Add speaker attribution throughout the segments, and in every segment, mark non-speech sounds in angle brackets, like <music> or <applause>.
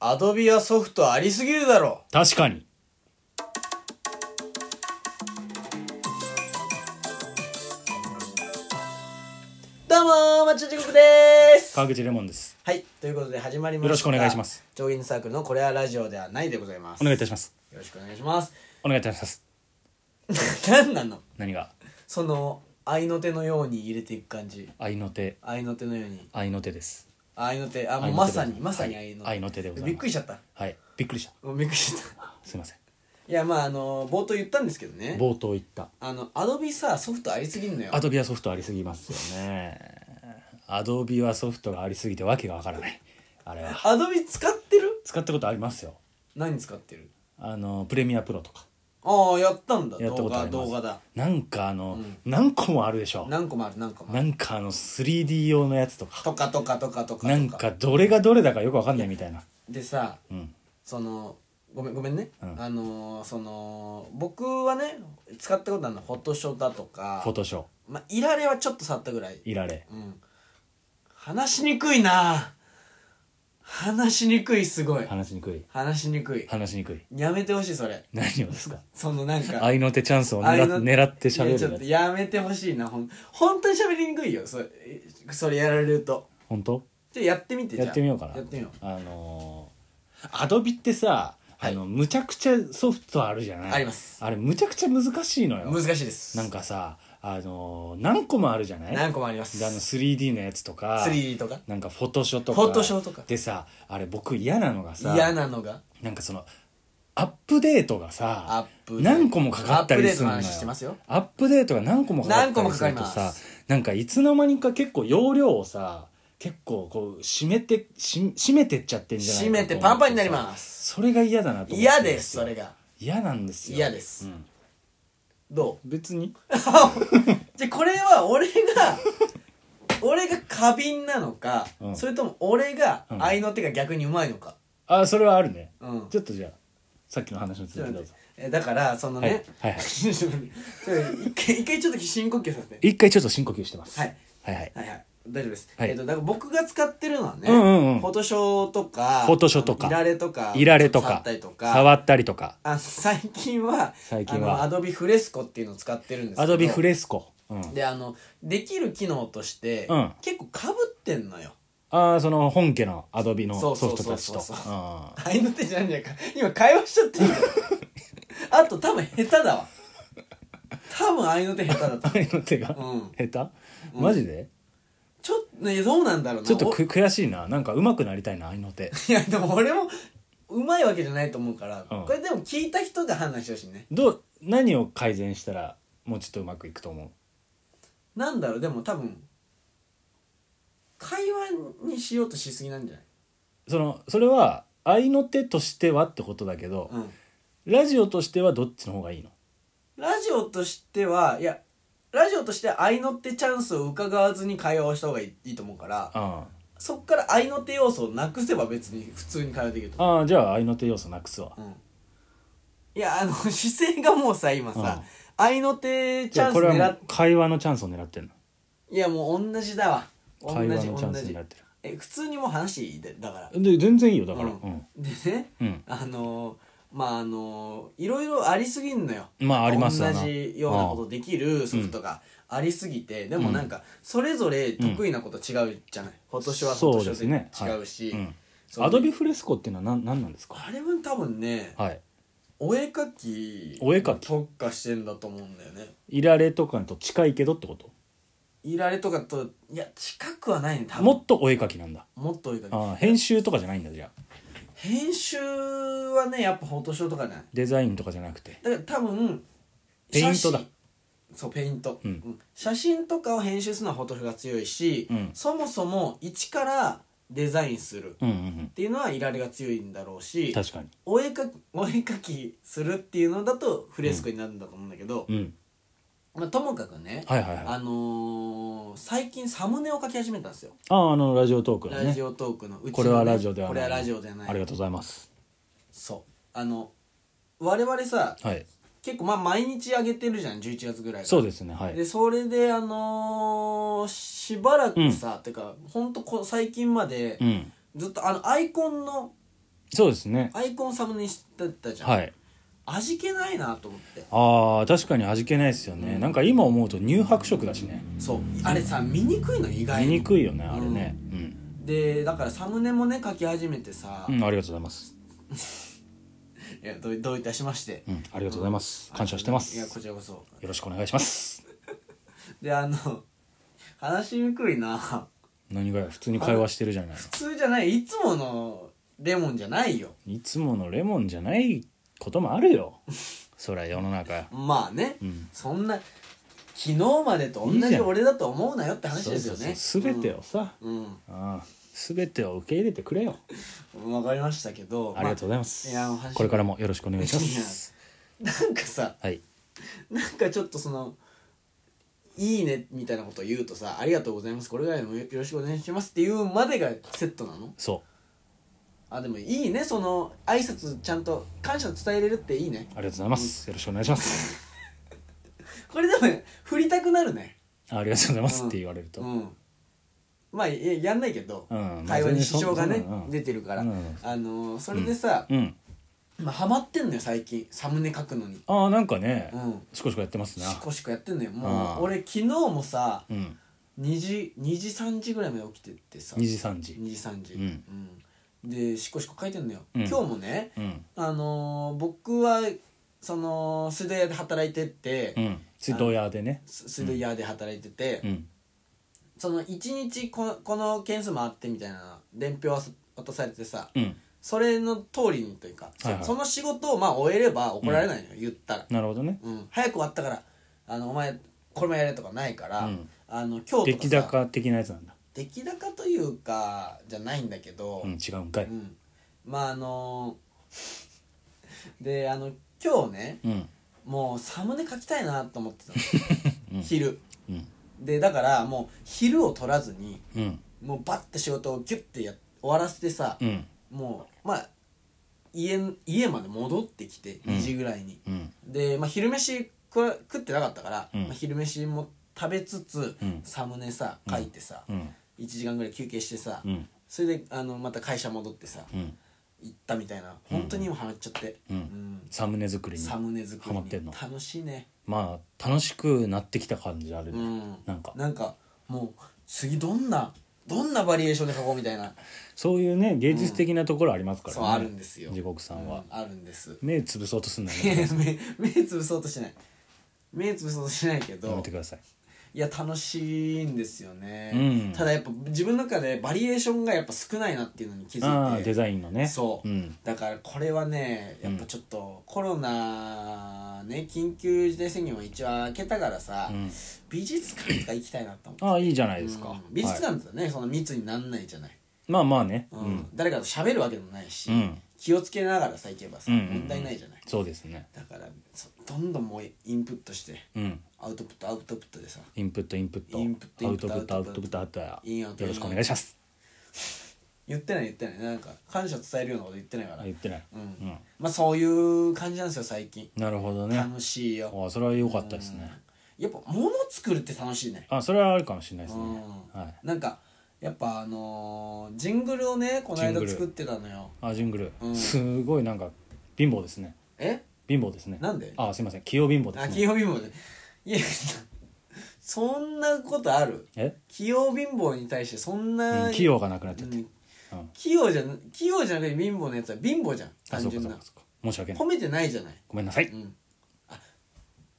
Speaker 1: アドビはソフトありすぎるだろ
Speaker 2: 確かに。
Speaker 1: どうもーマッチョ地獄でーす
Speaker 2: 川口レモンです。
Speaker 1: はいということで始まりました
Speaker 2: よろしくお願いします
Speaker 1: 上限サークルのこれはラジオではないでございます
Speaker 2: お願いいた
Speaker 1: よ
Speaker 2: します。
Speaker 1: ろしくお願いします <laughs>
Speaker 2: お願いいたします。
Speaker 1: 何なの
Speaker 2: 何が
Speaker 1: その合いの手のように入れていく感じ
Speaker 2: 愛の手、
Speaker 1: 合いの手のように
Speaker 2: 愛の手です。
Speaker 1: 合いの手あも
Speaker 2: 合
Speaker 1: う
Speaker 2: いの手で
Speaker 1: まさに
Speaker 2: はい
Speaker 1: まさに合いの手
Speaker 2: 合いの手でございます
Speaker 1: びっくりしちゃった
Speaker 2: はい。びっくりした。
Speaker 1: もうびっくりしちゃった
Speaker 2: すいません。
Speaker 1: いやまああの冒頭言ったんですけどね
Speaker 2: 冒頭言った。
Speaker 1: あのアドビさソフトありすぎんのよ
Speaker 2: アドビはソフトありすぎますよね。アドビはソフトがありすぎてわけがわからない。あれは。
Speaker 1: アドビ使ってる
Speaker 2: 使ったことありますよ。
Speaker 1: 何使ってる
Speaker 2: あの、プレミアプロとか。
Speaker 1: ああやったんだ
Speaker 2: やった
Speaker 1: 動
Speaker 2: ことあ
Speaker 1: 画
Speaker 2: ります。
Speaker 1: 動画だ
Speaker 2: なんかあの、
Speaker 1: うん
Speaker 2: 何個もあるでしょ。
Speaker 1: 何個もある何個もあ
Speaker 2: な
Speaker 1: る
Speaker 2: んかあの 3D 用のやつとか。
Speaker 1: とかとかとかとかと
Speaker 2: なんかどれがどれだかよくわかんないみたいな。
Speaker 1: でさ
Speaker 2: うん。
Speaker 1: そのごめんごめんね、
Speaker 2: うん
Speaker 1: あのーその僕はね使ったことあるのフォトショーだとか
Speaker 2: フォトショー、
Speaker 1: まあ、いられはちょっと触ったぐらい、
Speaker 2: いられ。
Speaker 1: うん、話しにくいな話しにくいすごい
Speaker 2: 話しにくい。
Speaker 1: 話しにくい
Speaker 2: 話しにくい。
Speaker 1: やめてほしいそれ
Speaker 2: 何をですか
Speaker 1: そのなんか
Speaker 2: 愛の手チャンスを
Speaker 1: あれ
Speaker 2: 狙
Speaker 1: の
Speaker 2: 狙って喋る
Speaker 1: い
Speaker 2: や
Speaker 1: やちょっと
Speaker 2: つ
Speaker 1: やめてほしいなほん本当に喋りにくいよそれそれやられると
Speaker 2: 本当
Speaker 1: じゃあやってみてじゃあ
Speaker 2: やってみようかな
Speaker 1: やってみよう
Speaker 2: あのー、アドビってさ、
Speaker 1: はい
Speaker 2: あのむちゃくちゃソフトあるじゃない
Speaker 1: あります
Speaker 2: あれむちゃくちゃ難しいのよ
Speaker 1: 難しいです
Speaker 2: なんかさあのー、何個もあるじゃない
Speaker 1: 何個もありま
Speaker 2: であの
Speaker 1: す
Speaker 2: 3D のやつとか
Speaker 1: 3D とか
Speaker 2: なんかフォトショーとか
Speaker 1: フォトショーとか
Speaker 2: でさあれ僕嫌なのがさ
Speaker 1: 嫌なのが
Speaker 2: なんかそのアップデートがさ
Speaker 1: アップデート
Speaker 2: 何個もかかったりするの
Speaker 1: アップデートの話
Speaker 2: よ
Speaker 1: してますよ
Speaker 2: アップデートが何個もかかった
Speaker 1: 何個も
Speaker 2: り
Speaker 1: か
Speaker 2: す
Speaker 1: かり
Speaker 2: ると
Speaker 1: ま
Speaker 2: さ
Speaker 1: す
Speaker 2: なんかいつの間にか結構容量をさ結構こう締めてし締めてっちゃってんじゃないか
Speaker 1: 締めて
Speaker 2: と思
Speaker 1: パン
Speaker 2: っさ
Speaker 1: パンになります
Speaker 2: それが嫌だなと思って
Speaker 1: 嫌ですそれ
Speaker 2: が
Speaker 1: が
Speaker 2: 嫌なんですよ
Speaker 1: 嫌です
Speaker 2: うん
Speaker 1: ど
Speaker 2: 別に
Speaker 1: うじゃあこれは俺が
Speaker 2: <laughs>
Speaker 1: 俺が過敏なのか、
Speaker 2: うん
Speaker 1: それとも俺が
Speaker 2: うん
Speaker 1: 愛の手が逆にうまいのか
Speaker 2: あそれはあるね
Speaker 1: うん
Speaker 2: ちょっとじゃあさっきの話の
Speaker 1: ちょ
Speaker 2: 続
Speaker 1: っと
Speaker 2: き
Speaker 1: 待
Speaker 2: どう
Speaker 1: っ
Speaker 2: ぞ
Speaker 1: てえだからその
Speaker 2: はい
Speaker 1: ね、
Speaker 2: はいは
Speaker 1: <laughs>
Speaker 2: い
Speaker 1: ちょっと待って一回一回ちょっと深呼吸させて
Speaker 2: 一回ちょっと深呼吸してます
Speaker 1: はい
Speaker 2: はいはい
Speaker 1: はいはい大丈夫です、
Speaker 2: はい
Speaker 1: えっとだから僕が使ってるのはね、
Speaker 2: うんうんうん
Speaker 1: フォトショーとか
Speaker 2: フォトショーとか
Speaker 1: いられとか
Speaker 2: いられと
Speaker 1: 触
Speaker 2: か
Speaker 1: ったりとか
Speaker 2: 触ったりとか
Speaker 1: あの最近は
Speaker 2: 最近
Speaker 1: あ
Speaker 2: は
Speaker 1: のアドビフレスコっていうのを使ってるんですけど
Speaker 2: アドビフレスコうん
Speaker 1: であのできる機能として、
Speaker 2: うん
Speaker 1: 結構かぶってんのよ
Speaker 2: ああその本家のアドビの
Speaker 1: そ
Speaker 2: ソ
Speaker 1: うそう
Speaker 2: フ
Speaker 1: そ
Speaker 2: ト
Speaker 1: うそう
Speaker 2: たちとあ
Speaker 1: 合いの手じゃんじゃんか今会話しちゃってるよ
Speaker 2: <laughs>
Speaker 1: あと多分下手だわ多分合いの手下手だと
Speaker 2: <laughs> あの手が
Speaker 1: うん
Speaker 2: 下手マジで
Speaker 1: ちょっとねどうなんだろうな
Speaker 2: ちょっと
Speaker 1: お
Speaker 2: く悔しいななんか上手くなりたいな愛の手
Speaker 1: いやでも俺もうまいわけじゃないと思うから、
Speaker 2: うん
Speaker 1: これでも聞いた人が判断してほしいね
Speaker 2: どう何を改善したらもうちょっとうまくいくと思う
Speaker 1: なんだろうでも多分会話にしようとしすぎなんじゃない
Speaker 2: そのそれは愛の手としてはってことだけど、
Speaker 1: うん
Speaker 2: ラジオとしてはどっちの方がいいの
Speaker 1: ラジオとしてはいやラジオとしては合いの手チャンスを伺わずに会話をした方がいいいいと思うから
Speaker 2: あ
Speaker 1: そっから合いの手要素をなくせば別に普通に会話できると思
Speaker 2: ああじゃあ愛の手要素なくすわ
Speaker 1: う、うん、いやあの <laughs> 姿勢がもうさ今さ合いの手チ
Speaker 2: じ
Speaker 1: ャ
Speaker 2: ゃ
Speaker 1: ン
Speaker 2: あ
Speaker 1: ス
Speaker 2: これはも
Speaker 1: 狙っ
Speaker 2: う会話のチャンスを狙ってる
Speaker 1: いやもう同じだわ
Speaker 2: の
Speaker 1: 同
Speaker 2: 会話
Speaker 1: じ
Speaker 2: のチャ
Speaker 1: 同
Speaker 2: ンス
Speaker 1: じ
Speaker 2: 狙ってる
Speaker 1: え普通にもう話していいでだから
Speaker 2: で全然いいよだから
Speaker 1: う
Speaker 2: うん、
Speaker 1: でね
Speaker 2: うん
Speaker 1: あのーまああのーいろいろありすぎんのよ
Speaker 2: まあありますわ
Speaker 1: 同
Speaker 2: な
Speaker 1: じようなことできるソフトがありすぎて、でもなんかそれぞれ得意なこと違うじゃない、フォトショーはフォトシ
Speaker 2: そう
Speaker 1: ョ
Speaker 2: ですね
Speaker 1: ーで違うし
Speaker 2: うん
Speaker 1: その
Speaker 2: アドビフレスコっていうのは何何なんですか
Speaker 1: あれは多分ね
Speaker 2: はい
Speaker 1: お絵描き
Speaker 2: お絵描き
Speaker 1: 特化してんだと思うんだよね
Speaker 2: いられとかと近いけどってこと
Speaker 1: いられとかといや近くはないね多分
Speaker 2: も
Speaker 1: も
Speaker 2: っとお絵描きなんだ
Speaker 1: っとお絵描き
Speaker 2: ああ編集とかじゃないんだじゃあ
Speaker 1: 編集はねやっぱフォトショーとかじゃない
Speaker 2: デザインとかじゃなくて
Speaker 1: だから多分
Speaker 2: ペイント
Speaker 1: 写
Speaker 2: だ
Speaker 1: 真そうペイント、
Speaker 2: うん
Speaker 1: うん写真とかを編集するのはフォトショーが強いし、
Speaker 2: うん
Speaker 1: そもそも一からデザインするっ
Speaker 2: うんうん
Speaker 1: ていうのはいられが強いんだろう
Speaker 2: う
Speaker 1: し
Speaker 2: ん確かに
Speaker 1: お絵かきお絵描きするっていうのだとフレスコになるんだと思うんだけど、
Speaker 2: うん
Speaker 1: まあ、ともかくね、
Speaker 2: はいはいはいあ
Speaker 1: あのー最近サムネを描き始めたんですよ、
Speaker 2: ああのラジオトークの
Speaker 1: ラジ
Speaker 2: ね
Speaker 1: オトークのうちのね、
Speaker 2: これはラジオでは
Speaker 1: こ
Speaker 2: な
Speaker 1: れ
Speaker 2: い
Speaker 1: はラジオではない
Speaker 2: ありがとうございます
Speaker 1: そうあの我々さ
Speaker 2: はい
Speaker 1: 結構まあ毎日上げてるじゃん11月ぐらいから
Speaker 2: そうですねはい
Speaker 1: でそれであのーしばらくさ、てかほんとこ最近まで、
Speaker 2: うん
Speaker 1: ずっとあのアイコンの
Speaker 2: そうですね
Speaker 1: アイコンサムネにしてたじゃん、
Speaker 2: はい
Speaker 1: 味気ないなと思って
Speaker 2: あー確かに味気ないですよね、
Speaker 1: うん
Speaker 2: なんか今思うと乳白色だしね
Speaker 1: そうあれさ見にくいの意外
Speaker 2: 見
Speaker 1: に
Speaker 2: にくいよねあれね
Speaker 1: でだからサムネもね書き始めてさ、
Speaker 2: うん、うん、ありがとうございます、
Speaker 1: いやどうどういたしまして、
Speaker 2: うん、ありがとうございます感謝してま
Speaker 1: いや
Speaker 2: す
Speaker 1: こちらこそ
Speaker 2: よろしくお願いします
Speaker 1: であの話しにくいな
Speaker 2: 何が普通に会話してるじゃない
Speaker 1: 普通じゃないいつものレモンじゃないよ
Speaker 2: いつものレモンじゃないこともあ
Speaker 1: <laughs>
Speaker 2: るよそりゃ世の中
Speaker 1: まあね、
Speaker 2: うん
Speaker 1: そんな昨日までと同じ俺だと思うなよって話ですよね
Speaker 2: そうそうそう全てをさ、
Speaker 1: うん、
Speaker 2: ああ全てを受け入れてくれよ
Speaker 1: うん、分かりましたけど
Speaker 2: ありがとうございます、
Speaker 1: いやお話
Speaker 2: これからもよろしくお願いします
Speaker 1: まあなんかさ
Speaker 2: はい
Speaker 1: なんかちょっとその「いいね」みたいなことを言うとさ「ありがとうございますこれぐらいでもよろしくお願いします」っていうまでがセットなの
Speaker 2: そ
Speaker 1: あでもいいねその挨拶ちゃんと感謝伝えれるっていいね
Speaker 2: うありがとうございます、よろしくお願いします
Speaker 1: これでもね振りたくなるね
Speaker 2: あありがとうございますって言われると、
Speaker 1: うんまあいややんないけど、
Speaker 2: うん
Speaker 1: 会話に支障がね
Speaker 2: まあ全然そんなのうん
Speaker 1: 出てるから、
Speaker 2: うん
Speaker 1: あのーそれでさ、
Speaker 2: うん
Speaker 1: まあ、ハマってんのよ最近サムネ書くのに
Speaker 2: ああなんかね、
Speaker 1: うん
Speaker 2: しこしこやってますな
Speaker 1: シコシコやってんのよ
Speaker 2: あ
Speaker 1: も
Speaker 2: あ
Speaker 1: う俺昨日もさ
Speaker 2: うん
Speaker 1: 2時2時3時ぐらいまで起きてってさ
Speaker 2: 2時3時
Speaker 1: 2時3時、
Speaker 2: うん
Speaker 1: うんでしこしこ書いてんのよ、
Speaker 2: うん
Speaker 1: 今日もね、
Speaker 2: うん
Speaker 1: あのー僕はその水道屋で働いてて、
Speaker 2: うん水道屋でね
Speaker 1: す水道屋で働いてて、
Speaker 2: うん
Speaker 1: その1日ここの件数回ってみたいな伝票渡されてさ
Speaker 2: うん
Speaker 1: それの通りにというか、そ
Speaker 2: はいはい
Speaker 1: その仕事をまあ終えれば怒られないのよ、言ったら、
Speaker 2: なるほどね
Speaker 1: うん、早く終わったからあのお前これもやれとかないから、
Speaker 2: うん
Speaker 1: あの今日
Speaker 2: 出来
Speaker 1: とかさ
Speaker 2: 高的なやつなんだ
Speaker 1: 出来高というかじゃないんだけど、
Speaker 2: うん違うんかい
Speaker 1: うん、まああの <laughs> であの今日ね
Speaker 2: うん
Speaker 1: もうサムネ書きたいなと思ってたの、
Speaker 2: <laughs> うん
Speaker 1: 昼
Speaker 2: うん
Speaker 1: でだからもう昼を取らずに
Speaker 2: うん
Speaker 1: もうバッて仕事をギュッてや終わらせてさ、
Speaker 2: うん
Speaker 1: もうまあ家家まで戻ってきて
Speaker 2: うん
Speaker 1: 2時ぐらいに、
Speaker 2: うん
Speaker 1: で、まあ、昼飯食わ食ってなかったから、
Speaker 2: うん
Speaker 1: まあ、昼飯も食べつつ、
Speaker 2: うん
Speaker 1: サムネさ書いてさ、
Speaker 2: うん
Speaker 1: 1時間ぐらい休憩してさ、
Speaker 2: うん
Speaker 1: それであのまた会社戻ってさ、
Speaker 2: うん
Speaker 1: 行ったみたいな本当に今ハマっちゃって、
Speaker 2: うんサムネ作
Speaker 1: う
Speaker 2: り
Speaker 1: ん
Speaker 2: に
Speaker 1: サムネ作り
Speaker 2: ハマってん
Speaker 1: に
Speaker 2: の
Speaker 1: 楽しいね
Speaker 2: まあ楽しくなってきた感じある
Speaker 1: う
Speaker 2: ね、
Speaker 1: ん
Speaker 2: なんか
Speaker 1: なんかもう次どんなどんなバリエーションで書こうみたいな
Speaker 2: そういうね芸術的なところありますからね、
Speaker 1: そうあるんですよ
Speaker 2: 地獄さんは
Speaker 1: う、あるんです
Speaker 2: 目潰そうとすんなよ、
Speaker 1: いや
Speaker 2: ね、
Speaker 1: 目目つぶそうとしない目つぶ <laughs> そうとしないけ
Speaker 2: やめ
Speaker 1: ど
Speaker 2: てください
Speaker 1: いや楽しいんですよね、
Speaker 2: うん
Speaker 1: ただやっぱ自分の中でバリエーションがやっぱ少ないなっていうのに気
Speaker 2: あ
Speaker 1: づ
Speaker 2: あ
Speaker 1: い
Speaker 2: デ
Speaker 1: て
Speaker 2: ザインのね
Speaker 1: そう、
Speaker 2: ん、
Speaker 1: だからこれはねやっぱちょっとコロナね緊急事態宣言も一応明けたからさ、
Speaker 2: うん、
Speaker 1: 美術館とか行きたいなと思って
Speaker 2: ああいいじゃないですか、
Speaker 1: うん美術
Speaker 2: はい
Speaker 1: 館だとね、その密になんないじゃない、
Speaker 2: まあまあね、う
Speaker 1: うんん誰かと喋るわけでもないし、
Speaker 2: うん
Speaker 1: 気をつけながらさ行けばさ、
Speaker 2: うんうんうん
Speaker 1: 問題ないじゃない
Speaker 2: そうですね
Speaker 1: だからそどんどんもうインプットして
Speaker 2: うん
Speaker 1: アウトプットアウトプットでさ
Speaker 2: インプットインプット
Speaker 1: インプット
Speaker 2: アウ
Speaker 1: インプッ
Speaker 2: トプットアウ
Speaker 1: ト
Speaker 2: トプットアウトや
Speaker 1: インアウト
Speaker 2: よろしくお願いします
Speaker 1: 言ってない言ってないなんか感謝伝えるようなこと言ってないから、
Speaker 2: あ言ってない、
Speaker 1: うん
Speaker 2: うん
Speaker 1: まあそういう感じなんですよ最近
Speaker 2: なるほどね
Speaker 1: 楽しいよ
Speaker 2: ああそれは良かったですね、
Speaker 1: やっぱ物作るって楽しいね
Speaker 2: あそれはあるかもしれないですね、
Speaker 1: うん
Speaker 2: はい
Speaker 1: なんかやっぱあのージングルをねこの
Speaker 2: ジン
Speaker 1: 間
Speaker 2: グル
Speaker 1: 作ってたのよ
Speaker 2: あジングル、
Speaker 1: うん
Speaker 2: すごいなんか貧乏ですね
Speaker 1: え
Speaker 2: 貧乏ですね
Speaker 1: なんで
Speaker 2: あすいません器用貧乏で
Speaker 1: あ
Speaker 2: す
Speaker 1: 器
Speaker 2: ね
Speaker 1: 用貧乏でいやそんなことある
Speaker 2: え、
Speaker 1: 器用貧乏に対してそん
Speaker 2: う
Speaker 1: な、
Speaker 2: ん、器用がなくなっ
Speaker 1: う
Speaker 2: ちゃって、
Speaker 1: ん
Speaker 2: うん
Speaker 1: 器用じゃな器用じゃなくて貧乏のやつは貧乏じゃん
Speaker 2: あ
Speaker 1: 単
Speaker 2: そうか
Speaker 1: 純
Speaker 2: そう
Speaker 1: な
Speaker 2: かそうか申し訳ない
Speaker 1: 褒めてないじゃない
Speaker 2: ごめんなさい、
Speaker 1: うんあ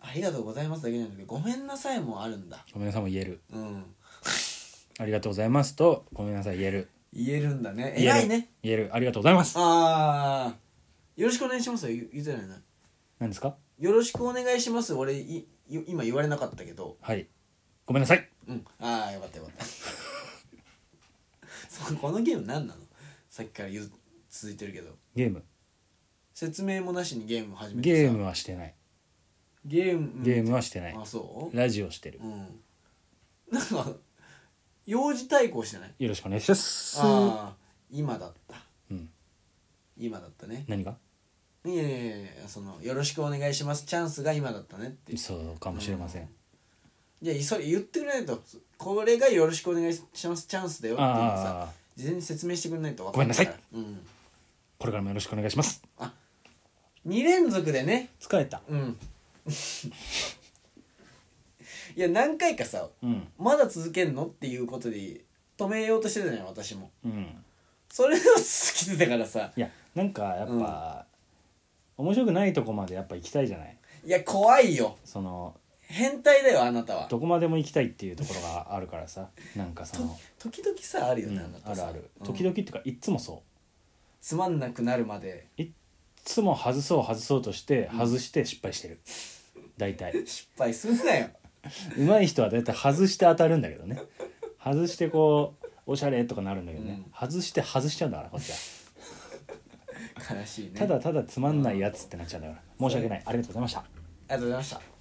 Speaker 1: ありがとうございますだけじゃなくてごめんなさいもあるんだ
Speaker 2: ごめんなさいも言える
Speaker 1: うん
Speaker 2: ありがとうございますとごめんなさい言える
Speaker 1: 言えるんだね
Speaker 2: 言え
Speaker 1: 偉
Speaker 2: る
Speaker 1: いね
Speaker 2: 言えるありがとうございます
Speaker 1: ああよろしくお願いしますは言言ってないな
Speaker 2: 何ですか
Speaker 1: よろしくお願いします俺いい今言われなかったけど
Speaker 2: はいごめんなさい
Speaker 1: うんああよかったよかった <laughs> そうこのゲーム何なのさっきから言う続いてるけど
Speaker 2: ゲーム
Speaker 1: 説明もなしにゲーム始めてさ
Speaker 2: ゲームはしてない
Speaker 1: ゲーム
Speaker 2: ゲームはしてない、
Speaker 1: あそ
Speaker 2: ラジオしてる
Speaker 1: ううんなんか幼児対抗してない
Speaker 2: よろしくお願いします
Speaker 1: ああ今だった
Speaker 2: うん
Speaker 1: 今だったね
Speaker 2: 何が
Speaker 1: いやいやいやその「よろしくお願いします」チャンスが今だったねっていう
Speaker 2: そうかもしれません、
Speaker 1: うんじゃあそれ言ってくれないとこれが「よろしくお願いします」チャンスだよっていうのを
Speaker 2: あ
Speaker 1: さ
Speaker 2: あ
Speaker 1: 事前に説明してくれないと分
Speaker 2: ごめんなさい
Speaker 1: からうん
Speaker 2: これからもよろしくお願いします
Speaker 1: 2連続でね
Speaker 2: 疲れた
Speaker 1: うん <laughs> いや何回かさ
Speaker 2: うん
Speaker 1: まだ続けんのっていうことで止めようとしてたじゃない私も
Speaker 2: うん
Speaker 1: それを続けてたからさ
Speaker 2: いやなんかやっぱ、面白くないとこまでやっぱ行きたいじゃない
Speaker 1: いや怖いよ
Speaker 2: その
Speaker 1: 変態だよあなたは
Speaker 2: どこまでも行きたいっていうところがあるか
Speaker 1: <laughs>
Speaker 2: らさなんかその、
Speaker 1: 時々さあるよ
Speaker 2: う
Speaker 1: ね、
Speaker 2: ん
Speaker 1: なた
Speaker 2: ある
Speaker 1: さ
Speaker 2: ある
Speaker 1: うん
Speaker 2: 時々っていうかいっつもそう
Speaker 1: つまんなくなるまで
Speaker 2: いっつも外そう外そうとして
Speaker 1: うん
Speaker 2: 外して失敗してる、大体
Speaker 1: 失敗すんなよ
Speaker 2: 上手い人は大体外して当たるんだけどね外してこうおしゃれとかなるんだけどね、
Speaker 1: うん
Speaker 2: 外して外しちゃうんだからこっちは
Speaker 1: 悲しいね
Speaker 2: ただただつまんないやつってなっちゃうんだから申し訳ないありがとうございました
Speaker 1: ありがとうございました